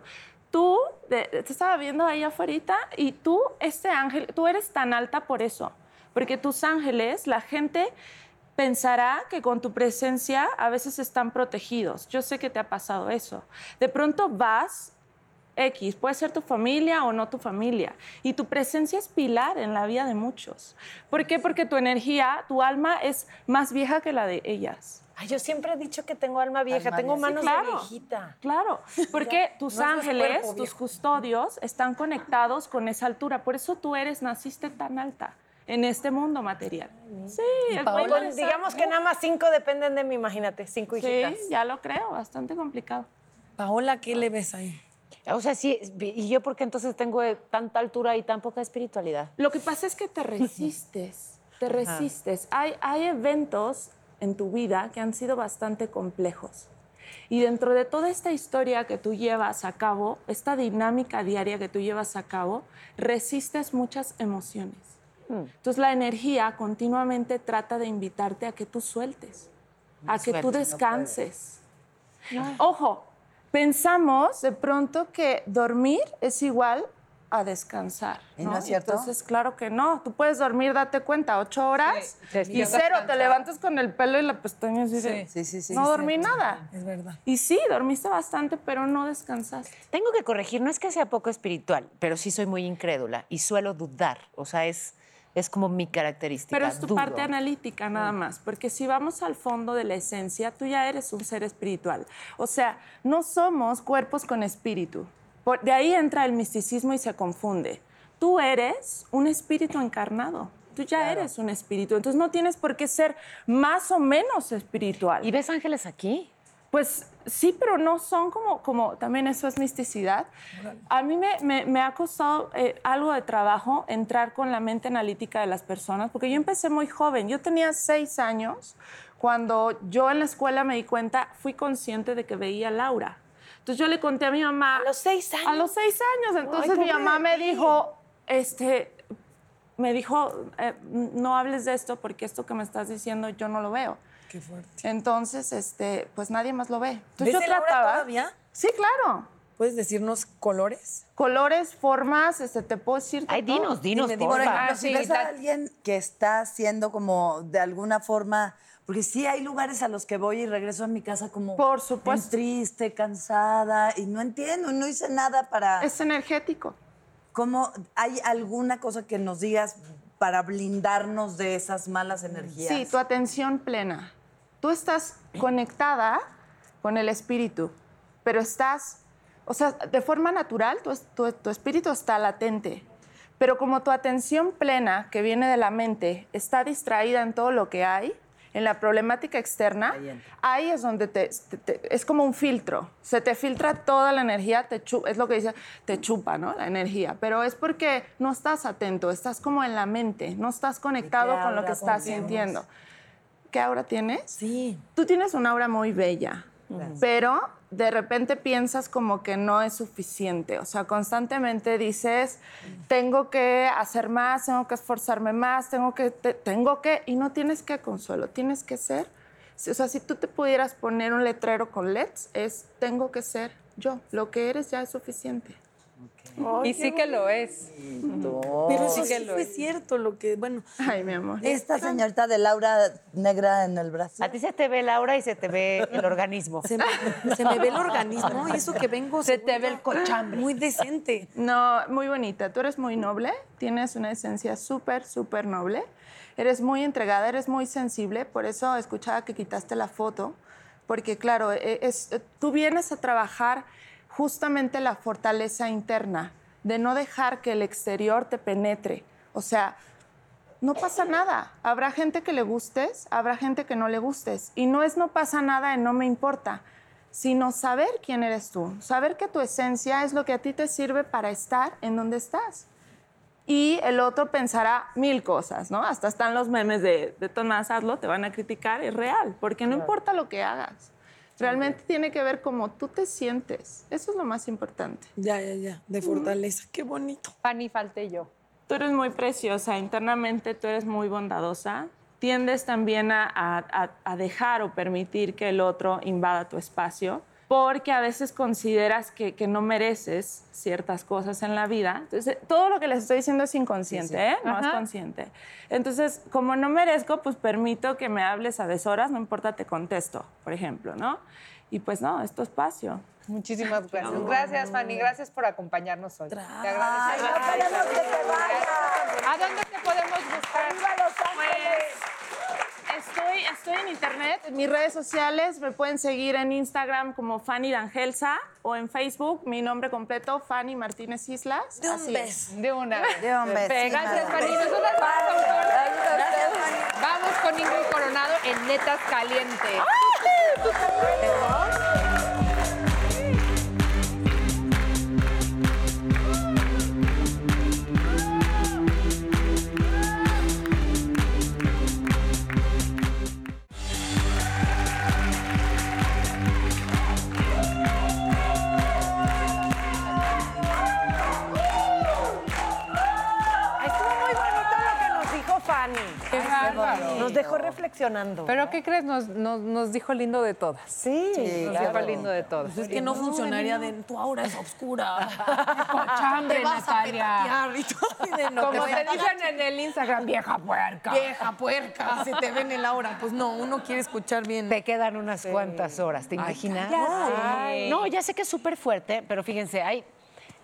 Tú, de- te estaba viendo ahí afuera y tú, este ángel, tú eres tan alta por eso, porque tus ángeles, la gente pensará que con tu presencia a veces están protegidos. Yo sé que te ha pasado eso. De pronto vas X, puede ser tu familia o no tu familia. Y tu presencia es pilar en la vida de muchos. ¿Por qué? Porque tu energía, tu alma es más vieja que la de ellas. Ay, yo siempre he dicho que tengo alma vieja, Alma tengo vieja. manos Sí, claro. de viejita. Claro, porque tus no es más ángeles, cuerpo, tus viejo. custodios están conectados con esa altura. Por eso tú eres, naciste tan alta en este mundo material. Sí, es muy Con- interesante. digamos uh. que nada más cinco dependen de mí, imagínate, cinco hijitas. Sí, ya lo creo, bastante complicado. Paola, ¿qué le ves ahí? O sea, sí, ¿y yo por qué entonces tengo eh, tanta altura y tan poca espiritualidad? Lo que pasa es que te resistes, te resistes. Hay, hay eventos en tu vida que han sido bastante complejos. Y dentro de toda esta historia que tú llevas a cabo, esta dinámica diaria que tú llevas a cabo, resistes muchas emociones. Hmm. Entonces la energía continuamente trata de invitarte a que tú sueltes, a que tú Suelta, no descanses. Ojo, pensamos de pronto que dormir es igual a descansar. ¿Y no es cierto? Entonces, claro que no. Tú puedes dormir, date cuenta, ocho horas te y despiertas cero, te cansado. levantas con el pelo y la pestaña así de, Sí, sí, sí. no sí. dormí nada. Es verdad. Y sí, dormiste bastante, pero no descansaste. Tengo que corregir, no es que sea poco espiritual, pero sí soy muy incrédula y suelo dudar. O sea, es, es como mi característica. Pero es tu dudo. parte analítica nada más, porque si vamos al fondo de la esencia, tú ya eres un ser espiritual. O sea, no somos cuerpos con espíritu. Por- de ahí entra el misticismo y se confunde. Tú eres un espíritu encarnado. Tú ya eres un espíritu. Entonces no tienes por qué ser más o menos espiritual. ¿Y ves ángeles aquí? Pues sí, pero no son como, como también eso es misticidad. A mí me, me- me ha costado eh, algo de trabajo entrar con la mente analítica de las personas, porque yo empecé muy joven, yo tenía seis años, cuando yo en la escuela me di cuenta, fui consciente de que veía a Laura. Entonces yo le conté a mi mamá... A los seis años. A los seis años. Entonces mi pobre mamá de me ti. dijo, este, me dijo, eh, no hables de esto porque esto que me estás diciendo yo no lo veo. Qué fuerte. Entonces, este, pues nadie más lo ve. Entonces ¿Ves yo el aura trataba. todavía? Sí, claro. ¿Puedes decirnos colores? Colores, formas, este, te puedo decir. de Ay, todo. dinos, dinos, Dime, dime, porfa. Por ejemplo, Ah, si sí, ves tal- a alguien que está haciendo como de alguna forma, porque sí hay lugares a los que voy y regreso a mi casa como Por supuesto. triste, cansada y no entiendo, no hice nada para Es energético. cómo hay alguna cosa que nos digas para blindarnos de esas malas energías. Sí, tu atención plena. Tú estás conectada con el espíritu, pero estás, o sea, de forma natural, tu, es- tu- tu espíritu está latente, Pero como tu atención plena, que viene de la mente, está distraída en todo lo que hay, en la problemática externa, ahí es donde te, te- te- es como un filtro. Se te filtra toda la energía, te chu- es lo que dice, te chupa, ¿no? La energía. Pero es porque no estás atento, estás como en la mente, no estás conectado con lo aura que estás tienes? sintiendo. ¿Qué aura tienes? Sí. Tú tienes una aura muy bella, Gracias. pero de repente piensas como que no es suficiente. O sea, constantemente dices, tengo que hacer más, tengo que esforzarme más, tengo que, te- tengo que, y no tienes que consuelo, tienes que ser. O sea, si tú te pudieras poner un letrero con LEDs, es tengo que ser yo. Lo que eres ya es suficiente. y sí que lo es. Pero Sí eso que sí lo fue es. cierto lo que, bueno. Ay, mi amor. Esta señorita de Laura negra en el brazo. A ti se te ve Laura y se te ve el organismo. Se me, se me ve el organismo y eso que vengo se te ve el cochambre. Muy decente. No, muy bonita. Tú eres muy noble, tienes una esencia súper, súper noble. Eres muy entregada, eres muy sensible. Por eso escuchaba que quitaste la foto, porque claro, e- es, tú vienes a trabajar justamente la fortaleza interna, de no dejar que el exterior te penetre. O sea, no pasa nada. Habrá gente que le gustes, habrá gente que no le gustes. Y no es no pasa nada en no me importa, sino saber quién eres tú, saber que tu esencia es lo que a ti te sirve para estar en donde estás. Y el otro pensará mil cosas, ¿no? Hasta están los memes de, de Tomás, hazlo, te van a criticar, es real, porque no importa lo que hagas. Realmente tiene que ver cómo tú te sientes. Eso es lo más importante. Ya, ya, ya. De fortaleza. Qué bonito. Pani falté yo. Tú eres muy preciosa, internamente tú eres muy bondadosa. Tiendes también a, a- a- a dejar o permitir que el otro invada tu espacio, porque a veces consideras que, que no mereces ciertas cosas en la vida. Entonces, todo lo que les estoy diciendo es inconsciente, ¿eh? No es Ajá. consciente. Entonces, como no merezco, pues permito que me hables a deshoras, no importa, te contesto, por ejemplo, ¿no? Y pues no, es tu espacio. Muchísimas gracias. Gracias, Fanny. Gracias por acompañarnos hoy. Te agradecemos. ¿A dónde te podemos buscar? Estoy, estoy en internet, en mis redes sociales me pueden seguir en Instagram como Fanny Dangelsa o en Facebook, mi nombre completo, Fanny Martínez Islas. De un Así beso. es. De una vez. De un beso. Perfecto. Gracias, Sí, Fanny. nada. Nosotros vamos a un corte. Gracias, Vamos con Ingrid Coronado en Netas Calientes. Estuvo muy bonito lo que nos dijo Fanny. Qué bárbaro. Nos dejó reflexionando. Pero ¿qué crees? Nos, nos, nos dijo lindo de todas. Sí, nos dijo lindo de todas. Es que no funcionaría de tu aura es oscura. Cochambre, Te vas a Natalia. petatear y todo, y de no Como voy te a pagar. dicen en el Instagram, vieja puerca. Ah, Vieja puerca, se te ve en el aura. Pues no, uno quiere escuchar bien. Te quedan unas cuantas horas, ¿te imaginas? cállate. Ay. No, ya sé que es súper fuerte, pero fíjense, hay,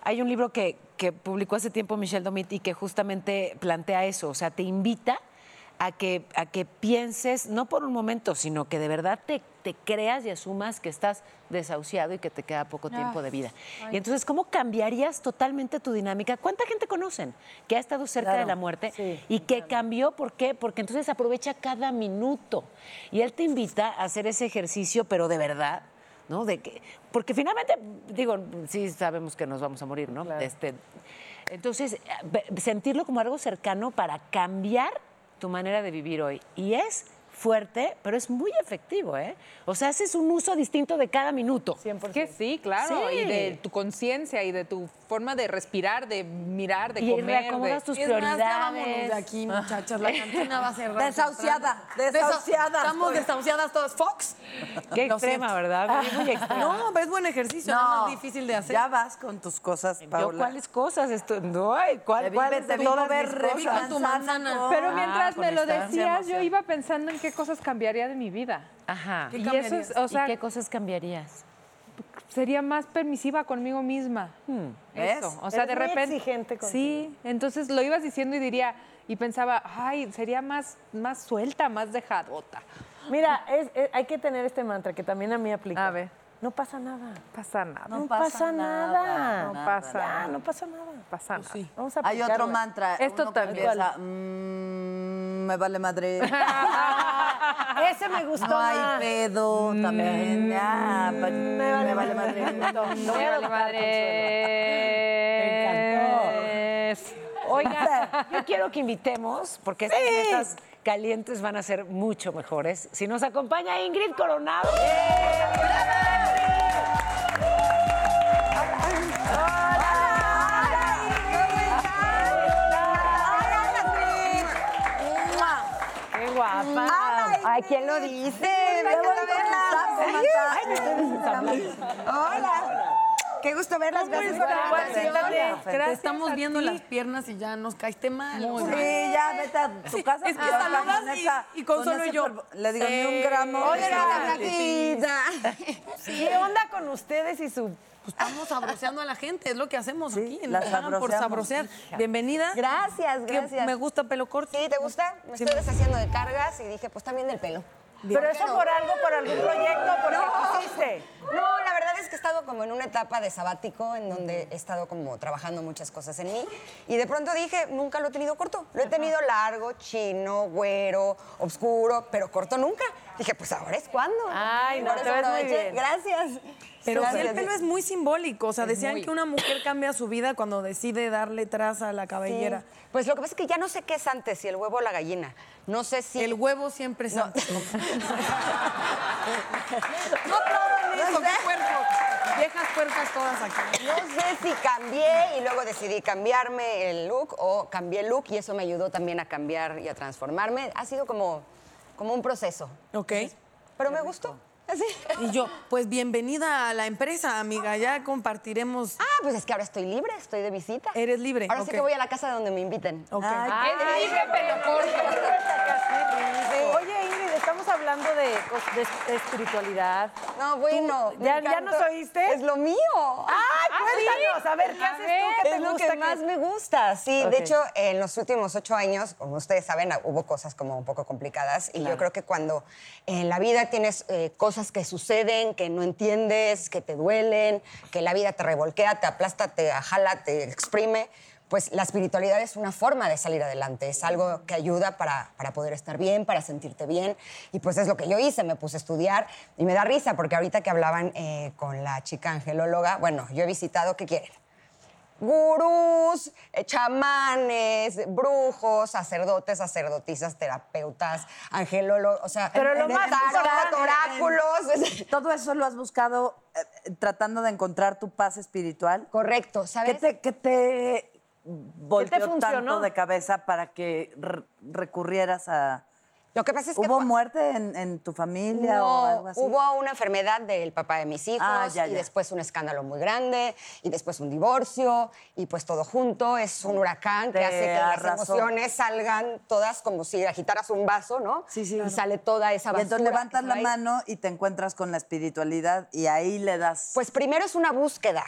hay un libro que, que publicó hace tiempo Michelle Domit y que justamente plantea eso, o sea, te invita a que, a que pienses, no por un momento, sino que de verdad te, te creas y asumas que estás desahuciado y que te queda poco tiempo de vida. Ay. Y entonces, ¿cómo cambiarías totalmente tu dinámica? ¿Cuánta gente conocen que ha estado cerca de Claro. la muerte y que cambió? ¿Por qué? Porque entonces aprovecha cada minuto. Y él te invita a hacer ese ejercicio, pero de verdad, ¿no? De que, porque finalmente, digo, sí sabemos que nos vamos a morir, ¿no? Este, entonces, eh, ve- sentirlo como algo cercano para cambiar tu manera de vivir hoy. Y es fuerte, pero es muy efectivo, ¿eh? O sea, haces un uso distinto de cada minuto. Que sí, claro. Sí. Y de tu conciencia y de tu forma de respirar, de mirar, de Y comer. reacomodas de- tus Es más, ya prioridades. vámonos de aquí, muchachas. La cantina va a cerrar. Desahuciada, Desa- desahuciada Estamos estoy. desahuciadas todas. Fox. Qué Lo extrema, siento. ¿verdad? Muy extrema. No, pero es buen ejercicio, no, No, es difícil de hacer. Ya vas con tus cosas, Paola. Yo, ¿cuáles cosas? Esto, no, ay, Te ¿cuál, vive- cuál? te vivo Todas ver, mis revi- cosas. Con tu manzana. Pero Ah, mientras con me lo esta decías, yo iba pensando en qué cosas cambiaría de mi vida. Ajá. Y eso es, o sea, ¿Y qué cosas cambiarías? sería más permisiva conmigo misma. ¿Ves? Eso. O sea, Eres de muy repente. exigente contigo. sí. Entonces lo ibas diciendo y diría, y pensaba, ay, sería más, más suelta, más dejadota. Mira, es- es- hay que tener este mantra que también a mí aplica. A ver. No pasa nada. Pasa nada. No, pasa, nada. No pasa Ya, nada. no pasa nada. Pues pasando. Vamos a Hay aplicar, otro güey. mantra. Esto uno que también. empieza, "Mm, me vale madre. Ese me gustó. No hay más. pedo también. Ya, pa- Mm. me vale, madre. Lo voy a adoptar, Me encantó. Oigan, Yo quiero que invitemos, porque estas metas calientes van a ser mucho mejores. Si nos acompaña Ingrid Coronado. Qué guapa. Ay, ¿quién lo dice? Me voy con tu saco, Mata. Hola. Qué gusto verlas. Pues, Gracias por la invitación. Te estamos viendo las piernas y ya nos caíste mal. Muy mal. Sí, ya vete a tu casa. es que Ah, la saludas y- neta, y con solo ese yo. polvo- Le digo, ni un Sí. gramo. Oye, de la ¿Qué onda con ustedes y su Pues estamos sabroseando a la gente, es lo que hacemos Sí, aquí en la Pagan por sabroseamos. sabrosear. Bienvenida. Gracias, Que gracias. Me gusta pelo corto. Sí, ¿te gusta? Me Sí, estoy me- deshaciendo de cargas y dije, pues también del pelo. Pero eso por algo, por algún proyecto, por qué quisiste. No, la verdad es que he estado como en una etapa de sabático en donde he estado como trabajando muchas cosas en mí y de pronto dije, nunca lo he tenido corto. Lo he tenido largo, chino, güero, oscuro, pero corto nunca. Dije, pues ahora es cuando. Ay, no, Por eso te ves muy aproveché. bien. Gracias. Pero sí, Gracias. el pelo es muy simbólico. O sea, decían muy- que una mujer cambia su vida cuando decide darle traza a la Sí. cabellera. Pues lo que pasa es que ya no sé qué es antes, si el huevo o la gallina. No sé si... El huevo siempre es antes. No, traban eso, qué puerco. Viejas puercas todas aquí. No sé si cambié y luego decidí cambiarme el look o cambié el look y eso me ayudó también a cambiar y a transformarme. Ha sido como, como un proceso, Ok. pero me gustó. Así. Y yo, pues bienvenida a la empresa, amiga. Ya compartiremos. Ah, pues es que ahora estoy libre, estoy de visita. Eres libre, Ahora ok. sí que voy a la casa de donde me inviten. Ok. es libre pelo corto. Oye, Ingrid, estamos hablando de, cos- de- de espiritualidad. No, bueno. me ¿Ya- ya encantó. nos oíste? Es lo mío. Ah, ¡Ay, cuéntanos! A ver, ¿qué Ah, A haces ver. tú que te es lo gusta? que más me gusta. Sí, de hecho, en los últimos ocho años, como ustedes saben, hubo cosas como un poco complicadas. Y yo creo que cuando en la vida tienes eh, cosas que suceden, que no entiendes, que te duelen, que la vida te revolquea, te aplasta, te jala, te exprime. Pues la espiritualidad es una forma de salir adelante, es algo que ayuda para, para poder estar bien, para sentirte bien. Y pues es lo que yo hice, me puse a estudiar y me da risa porque ahorita que hablaban eh, con la chica angelóloga, bueno, yo he visitado, ¿qué quieren? gurús, eh, chamanes, brujos, sacerdotes, sacerdotisas, terapeutas, angelólogos, o sea, Pero lo más importante- tarot, oráculos. Todo eso lo has buscado eh, tratando de encontrar tu paz espiritual. Correcto, ¿Qué ¿sabes? te, qué te volteó funcionó? tanto de cabeza para que r- recurrieras a... Lo que pasa es que ¿Hubo cua- muerte en, en tu familia o No, algo así? hubo una enfermedad del papá de mis hijos Ah, ya, y ya. después un escándalo muy grande y después un divorcio y pues todo junto es un huracán que Te hace que las arrasó. emociones salgan todas como si agitaras un vaso, ¿no? Sí, sí. Y Claro. sale toda esa Y basura. entonces que levantas se la va ahí. mano y te encuentras con la espiritualidad y ahí le das... Pues primero es una búsqueda.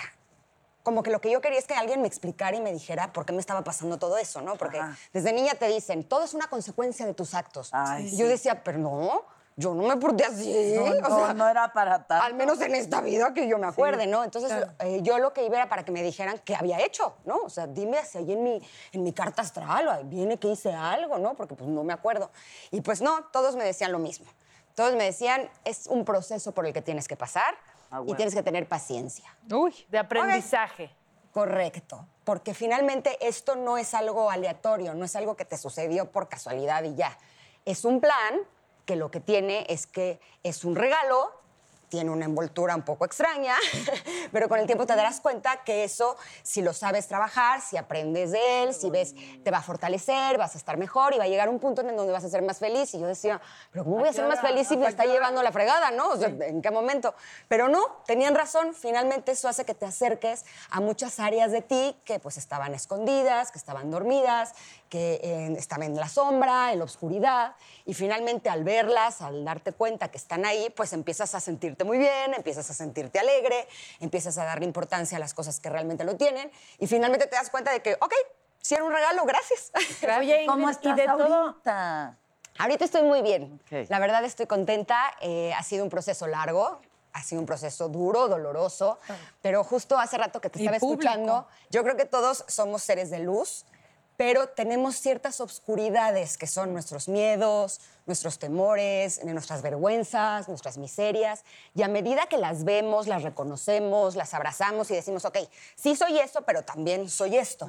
Como que lo que yo quería es que alguien me explicara y me dijera por qué me estaba pasando todo eso, ¿no? Porque Ajá. desde niña te dicen, todo es una consecuencia de tus actos. Ay, Y yo sí. decía, pero no, yo no me porté así. no, O no, sea, no era para tanto. al menos en esta vida que yo me acuerde, ¿no? Entonces, eh, yo lo que iba era para que me dijeran qué había hecho, ¿no? O sea, dime si ahí en mi, en mi carta astral ahí viene que hice algo, ¿no? Porque pues no me acuerdo. Y pues no, todos me decían lo mismo. Todos me decían, es un proceso por el que tienes que pasar y Ah, bueno. tienes que tener paciencia. Uy, De aprendizaje. Correcto, porque finalmente esto no es algo aleatorio, no es algo que te sucedió por casualidad y ya. Es un plan que lo que tiene es que es un regalo, tiene una envoltura un poco extraña, pero con el tiempo te darás cuenta que eso, si lo sabes trabajar, si aprendes de él, si ves, te va a fortalecer, vas a estar mejor y va a llegar un punto en donde vas a ser más feliz. Y yo decía, pero ¿cómo voy a ser más feliz si me está llevando la fregada, no? O sea, ¿En qué momento? Pero no, tenían razón. Finalmente eso hace que te acerques a muchas áreas de ti que pues estaban escondidas, que estaban dormidas, que eh, estaban en la sombra, en la oscuridad. Y finalmente al verlas, al darte cuenta que están ahí, pues empiezas a sentirte muy bien, empiezas a sentirte alegre, empiezas a darle importancia a las cosas que realmente lo tienen. Y finalmente te das cuenta de que, ok, si era un regalo, gracias. Oye, Ingrid, ¿Cómo y estás de todo. ahorita? Ahorita estoy muy bien. Ok. La verdad estoy contenta. eh, ha sido un proceso largo. ha sido un proceso duro, doloroso, pero justo hace rato que te Ah. Y estaba público. escuchando, yo creo que todos somos seres de luz, pero tenemos ciertas obscuridades que son nuestros miedos, nuestros temores, nuestras vergüenzas, nuestras miserias, y a medida que las vemos, las reconocemos, las abrazamos y decimos, ok, sí soy eso, pero también soy esto.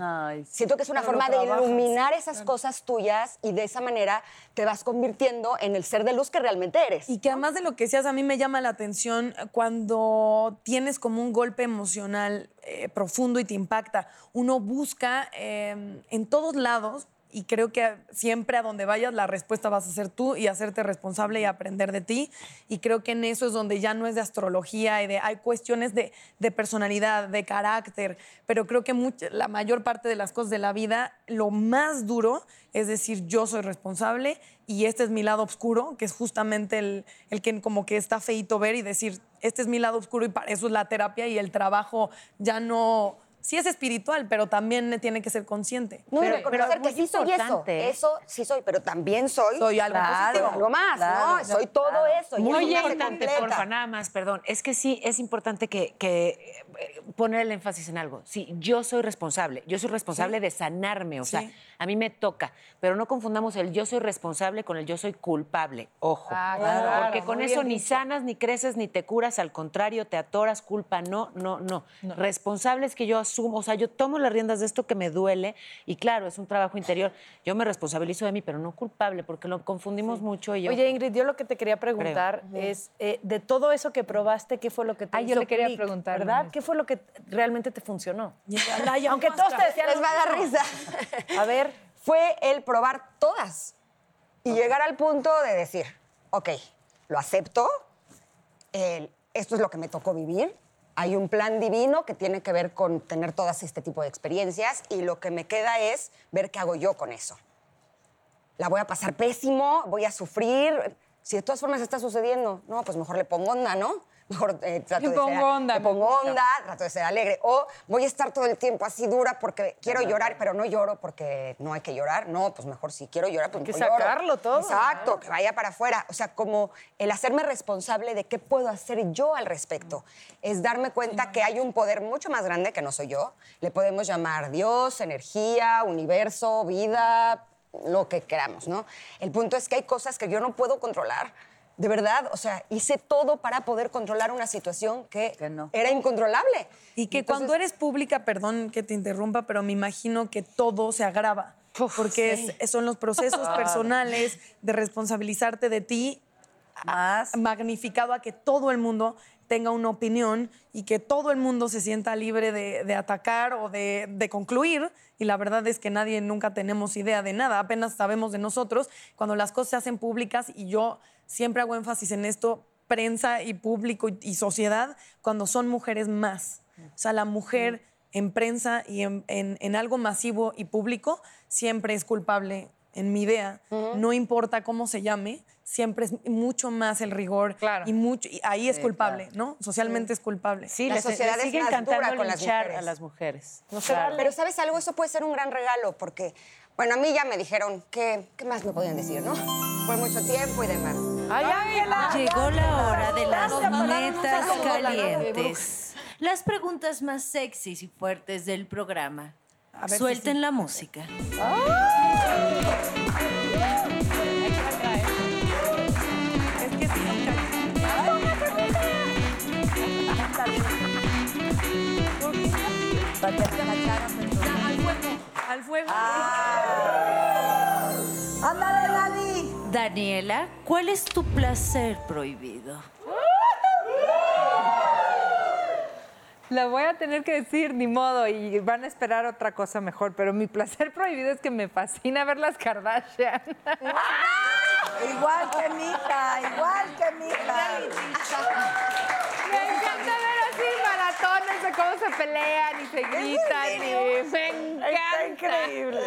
Siento que es una Pero lo forma de trabajas. iluminar esas cosas tuyas y de esa manera te vas convirtiendo en el ser de luz que realmente eres. Y que además de lo que seas, a mí me llama la atención cuando tienes como un golpe emocional eh, profundo y te impacta. Uno busca eh, en todos lados y creo que siempre a donde vayas la respuesta vas a ser tú y hacerte responsable y aprender de ti. Y creo que en eso es donde ya no es de astrología y de hay cuestiones de, de personalidad, de carácter, pero creo que mucha- la mayor parte de las cosas de la vida, lo más duro es decir yo soy responsable y este es mi lado oscuro, que es justamente el, el que como que está feito ver y decir este es mi lado oscuro y para eso es la terapia y el trabajo ya no... Sí es espiritual, pero también tiene que ser consciente. No, Pero- y reconocer pero es que sí muy soy eso. importante. Eso sí soy, pero también soy, ¿eh? Soy algo positivo. algo más, Claro, ¿no? Soy todo eso. y Muy es una parte importante, completa. porfa, nada más, perdón. Es que sí, es importante que, que, eh, poner el énfasis en algo. Sí, yo soy responsable. Yo soy responsable Sí. de sanarme, o sea, Sí. a mí me toca. Pero no confundamos el yo soy responsable con el yo soy culpable. Ojo. claro, Porque con muy eso bien ni sanas, ni creces, ni te curas. Al contrario, te atoras, culpa. No, no, no. Responsable es que yo asumo, o sea, yo tomo las riendas de esto que me duele. Y claro, es un trabajo interior. Yo me responsabilizo de mí, pero no culpable, porque lo confundimos mucho y yo. Oye, Ingrid, yo lo que te quería preguntar es, eh, de todo eso que probaste, ¿qué fue lo que te Ah, yo hizo le quería clic, preguntar lo ¿Verdad? mismo. ¿Qué fue lo que realmente te funcionó? la Aunque todos te decían... Les lo va a dar mismo. risa. A ver, fue el probar todas y llegar al punto de decir, ok, lo acepto, el- esto es lo que me tocó vivir. Hay un plan divino que tiene que ver con tener todas este tipo de experiencias y lo que me queda es ver qué hago yo con eso. La voy a pasar pésimo, voy a sufrir. Si de todas formas está sucediendo, no, pues mejor le pongo onda, ¿no? Mejor eh, trato Le de pongo ser, onda, le me pongo gusta. onda, trato de ser alegre. O voy a estar todo el tiempo así dura porque quiero llorar, pero no lloro porque no hay que llorar. No, pues mejor si quiero llorar, pues Hay que mejor lloro. sacarlo todo, Exacto, ¿no? que vaya para afuera. O sea, como el hacerme responsable de qué puedo hacer yo al respecto. Es darme cuenta que hay un poder mucho más grande que no soy yo. Le podemos llamar Dios, energía, universo, vida, lo que queramos, ¿no? El punto es que hay cosas que yo no puedo controlar. De verdad, o sea, hice todo para poder controlar una situación que, era incontrolable. Y que cuando eres pública, perdón que te interrumpa, pero me imagino que todo se agrava. porque sí. es- son los procesos Claro. personales de responsabilizarte de ti, a- magnificado a que todo el mundo tenga una opinión y que todo el mundo se sienta libre de, de atacar o de, de concluir. Y la verdad es que nadie nunca tenemos idea de nada, apenas sabemos de nosotros. Cuando las cosas se hacen públicas, y yo siempre hago énfasis en esto, prensa y público y, y sociedad, cuando son mujeres más. O sea, la mujer en prensa y en, en- en algo masivo y público siempre es culpable, en mi idea. No importa cómo se llame, siempre es mucho más el rigor. Y, mucho, y ahí es Sí, culpable, ¿no? Socialmente es culpable. Sí, les- les sigue encantando linchar a las mujeres. No se vale. Pero sabes algo, eso puede ser un gran regalo porque, bueno, a mí ya me dijeron que, ¿qué más me podían decir, no? Fue mucho tiempo y demás. Ah, Llegó la hora de las Gracias, pararon un netas segundo, la nota de calientes. Las preguntas más sexys y fuertes del programa. ver si Suelten sí. la música. Al fuego. ¡Ándale, Dani! Daniela, ¿cuál es tu placer prohibido? La voy a tener que decir, ni modo, y van a esperar otra cosa mejor, pero mi placer prohibido es que me fascina ver las Kardashian. Igual que Mika, igual que Mika. Me encanta ver así maratones de cómo se pelean y se gritan. Y me encanta. Está increíble.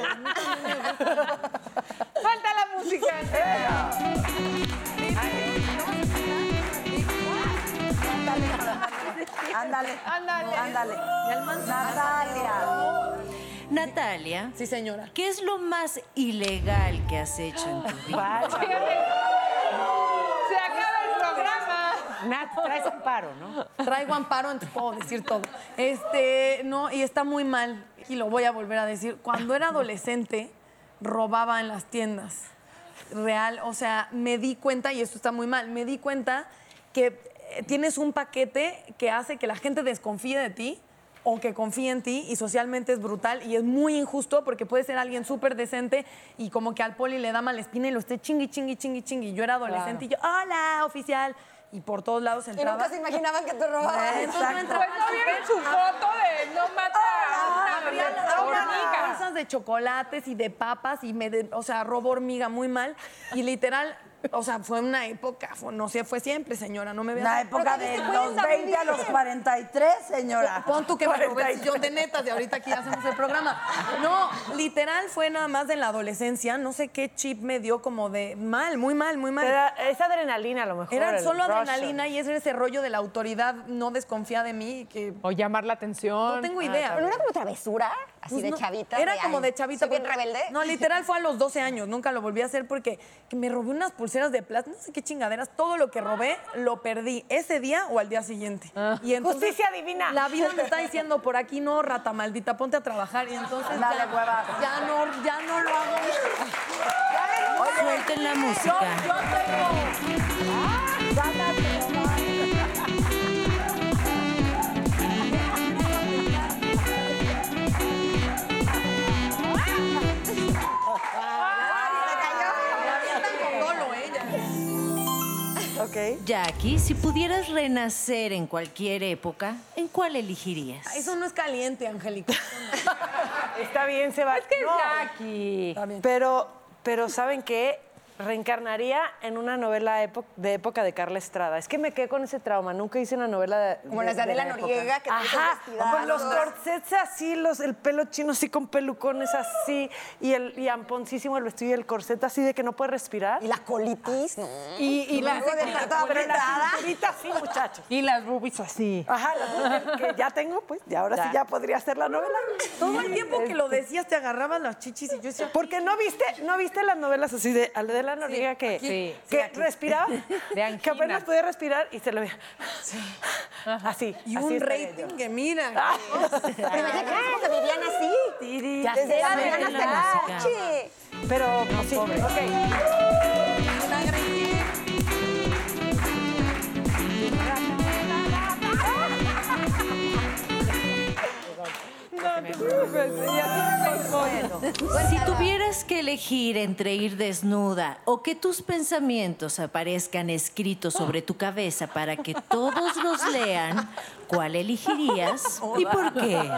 Falta la música. pues, Ándale, ándale, ándale. Natalia. Natalia. Sí, señora. ¿Qué es lo más ilegal que has hecho en tu vida? Se acaba el programa. Nat, traes un amparo, ¿no? Traigo amparo, entonces puedo decir todo. Este, no, y está muy mal. Y lo voy a volver a decir. Cuando era adolescente, robaba en las tiendas. Real, o sea, me di cuenta, y esto está muy mal, me di cuenta que eh, tienes un paquete que hace que la gente desconfíe de ti o que confíe en ti y socialmente es brutal y es muy injusto porque puede ser alguien súper decente y como que al poli le da mala espina y lo esté chingui, chingui, chingui, chingui. Yo era adolescente y yo, hola, oficial. Y por todos lados entraba. nunca se imaginaban que tú robabas. Entonces no Exacto. entraba. Pues no vieron su foto de no mata Hola, a una abría las hormiga. hormigas, bolsas de chocolates y de papas y me, de- o sea, robo hormiga muy mal y literal, o sea, fue una época, fue- no sé, fue siempre, señora, no me veas. Una época Pero te de diste los cuenta, 20 a muy bien. los 43, señora. Pon tú que me robé el 43. sillón de netas de ahorita aquí hacemos el programa. No, literal fue nada más de la adolescencia, no sé qué chip me dio como de mal, muy mal, muy mal. Era- es adrenalina a lo mejor. Era el solo rush. adrenalina y ese, ese rollo de la autoridad no desconfía de mí. Que... O llamar la atención. Ah. No tengo idea. ¿Pero no era como travesura? Así Pues de no, chavita. Era de, como ay, de chavita. soy bien porque- rebelde. No, literal fue a los 12 años. Nunca lo volví a hacer porque que me robé unas pulseras de plata. No sé qué chingaderas. Todo lo que robé lo perdí ese día o al día siguiente. Y entonces, Justicia divina. La vida me está diciendo por aquí no, rata maldita, ponte a trabajar. Y entonces Dale, ya, hueva. ya no, ya no lo hago. Suelten la música. Yo tengo. Jackie, si pudieras renacer en cualquier época, ¿en cuál elegirías? Eso no es caliente, Angélica. Está bien, se va. Es que Jackie. Pero, pero ¿saben qué? Reencarnaría en una novela epo- de época de Carla Estrada. Es que me quedé con ese trauma. Nunca hice una novela de. Como las de Adela época. Noriega, que traes el Ajá, vestidazo. con los corsets así, los, el pelo chino así con pelucones así, y el y amponcísimo el vestido y el corset así de que no puede respirar. Y la colitis. no. Y, y la, Luego de estar toda pero la apretada. cinturita sí, muchachos. Y las rubies así. Ajá, la- que ya tengo, pues, y ahora sí ya podría hacer la novela. Todo el tiempo que lo decías te agarraban las chichis y yo decía... Porque no viste, no viste las novelas así de Adela Noriega que, aquí, sí, que aquí. respiraba, De angina. que apenas podía respirar y se lo veía. Así. Y así un estaría rating yo. que mira. Pero imagínate cómo que vivían así. Tiri, Ya Desde sé, la suelten mañana hasta la la música. noche. Pero pues, sí, ok. Si tuvieras que elegir entre ir desnuda o que tus pensamientos aparezcan escritos sobre tu cabeza para que todos los lean, ¿cuál elegirías y por qué?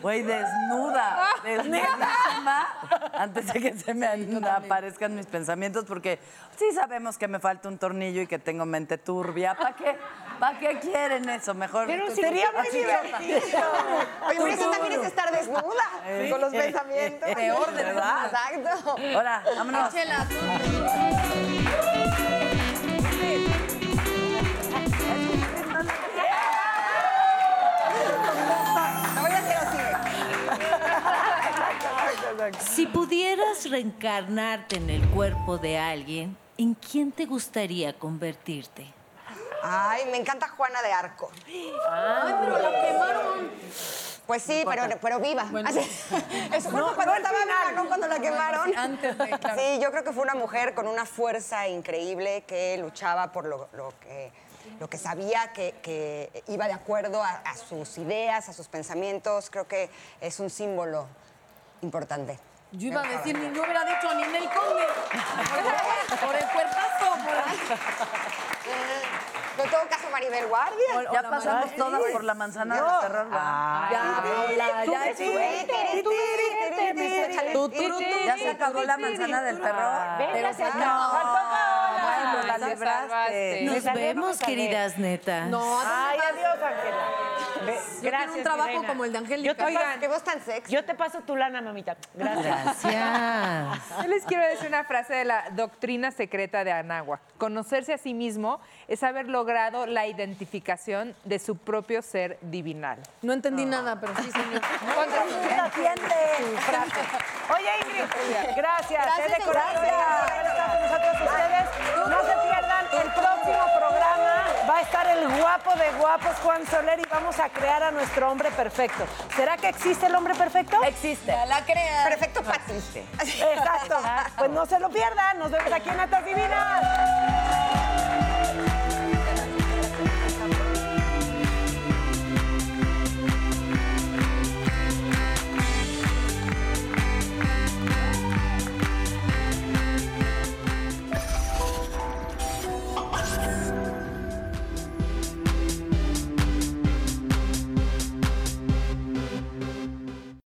Güey, desnuda, desnudísima, antes de que se me aparezcan mis pensamientos, porque sí sabemos que me falta un tornillo y que tengo mente turbia. ¿Para qué? ¿Para qué quieren eso? Mejor. Pero sería muy divertido. Ah, Oye, pero eso también es estar desnuda. Con Eh, los pensamientos. Peor, ¿verdad? Exacto. Ahora, vámonos. Chela, tú- Ahora sí lo sigue. Si pudieras reencarnarte en el cuerpo de alguien, ¿en quién te gustaría convertirte? Ay, me encanta Juana de Arco. Ay, pero la quemaron. Pues sí, pero, pero viva. Así- en su cuerpo cuando estaba viva, no cuando la quemaron. antes de, claro. Sí, yo creo que fue una mujer con una fuerza increíble que luchaba por lo, lo que, lo que sabía, que, que iba de acuerdo a, a sus ideas, a sus pensamientos. Creo que es un símbolo importante. Yo iba a decir, yo hubiera dicho a Ninel Conde. Por el cuerpazo. Por No en todo caso, Maribel Guardia. Ya pasamos todas por la manzana del terror. ¿verdad? Ah, Ya, Paola, ya Ya se acabó la manzana del terror. Pero se pues, Bueno, la Te libraste. salvaste. Eh, Nos vemos, queridas netas. No, Ay, adiós, Ángela. Ve, yo quiero un trabajo como el de Angélica. ¿Qué voz tan sexy? Yo te paso tu lana, mamita. Gracias. Gracias. Yo les quiero decir una frase de la doctrina secreta de Anáhuac. Conocerse a sí mismo es haber logrado la identificación de su propio ser divinal. No entendí nada, pero sí, señor. Entiende. Oye, Ingrid, gracias. Gracias eh, de a corazón, ustedes. por haber estado con nosotros ustedes. No se pierdan el próximo programa. Va a estar el guapos, Juan Soler, y vamos a crear a nuestro hombre perfecto. ¿Será que existe el hombre perfecto? Existe. la crean. Perfecto para Exacto. Pues no se lo pierdan. Nos vemos aquí en Atas Divinas.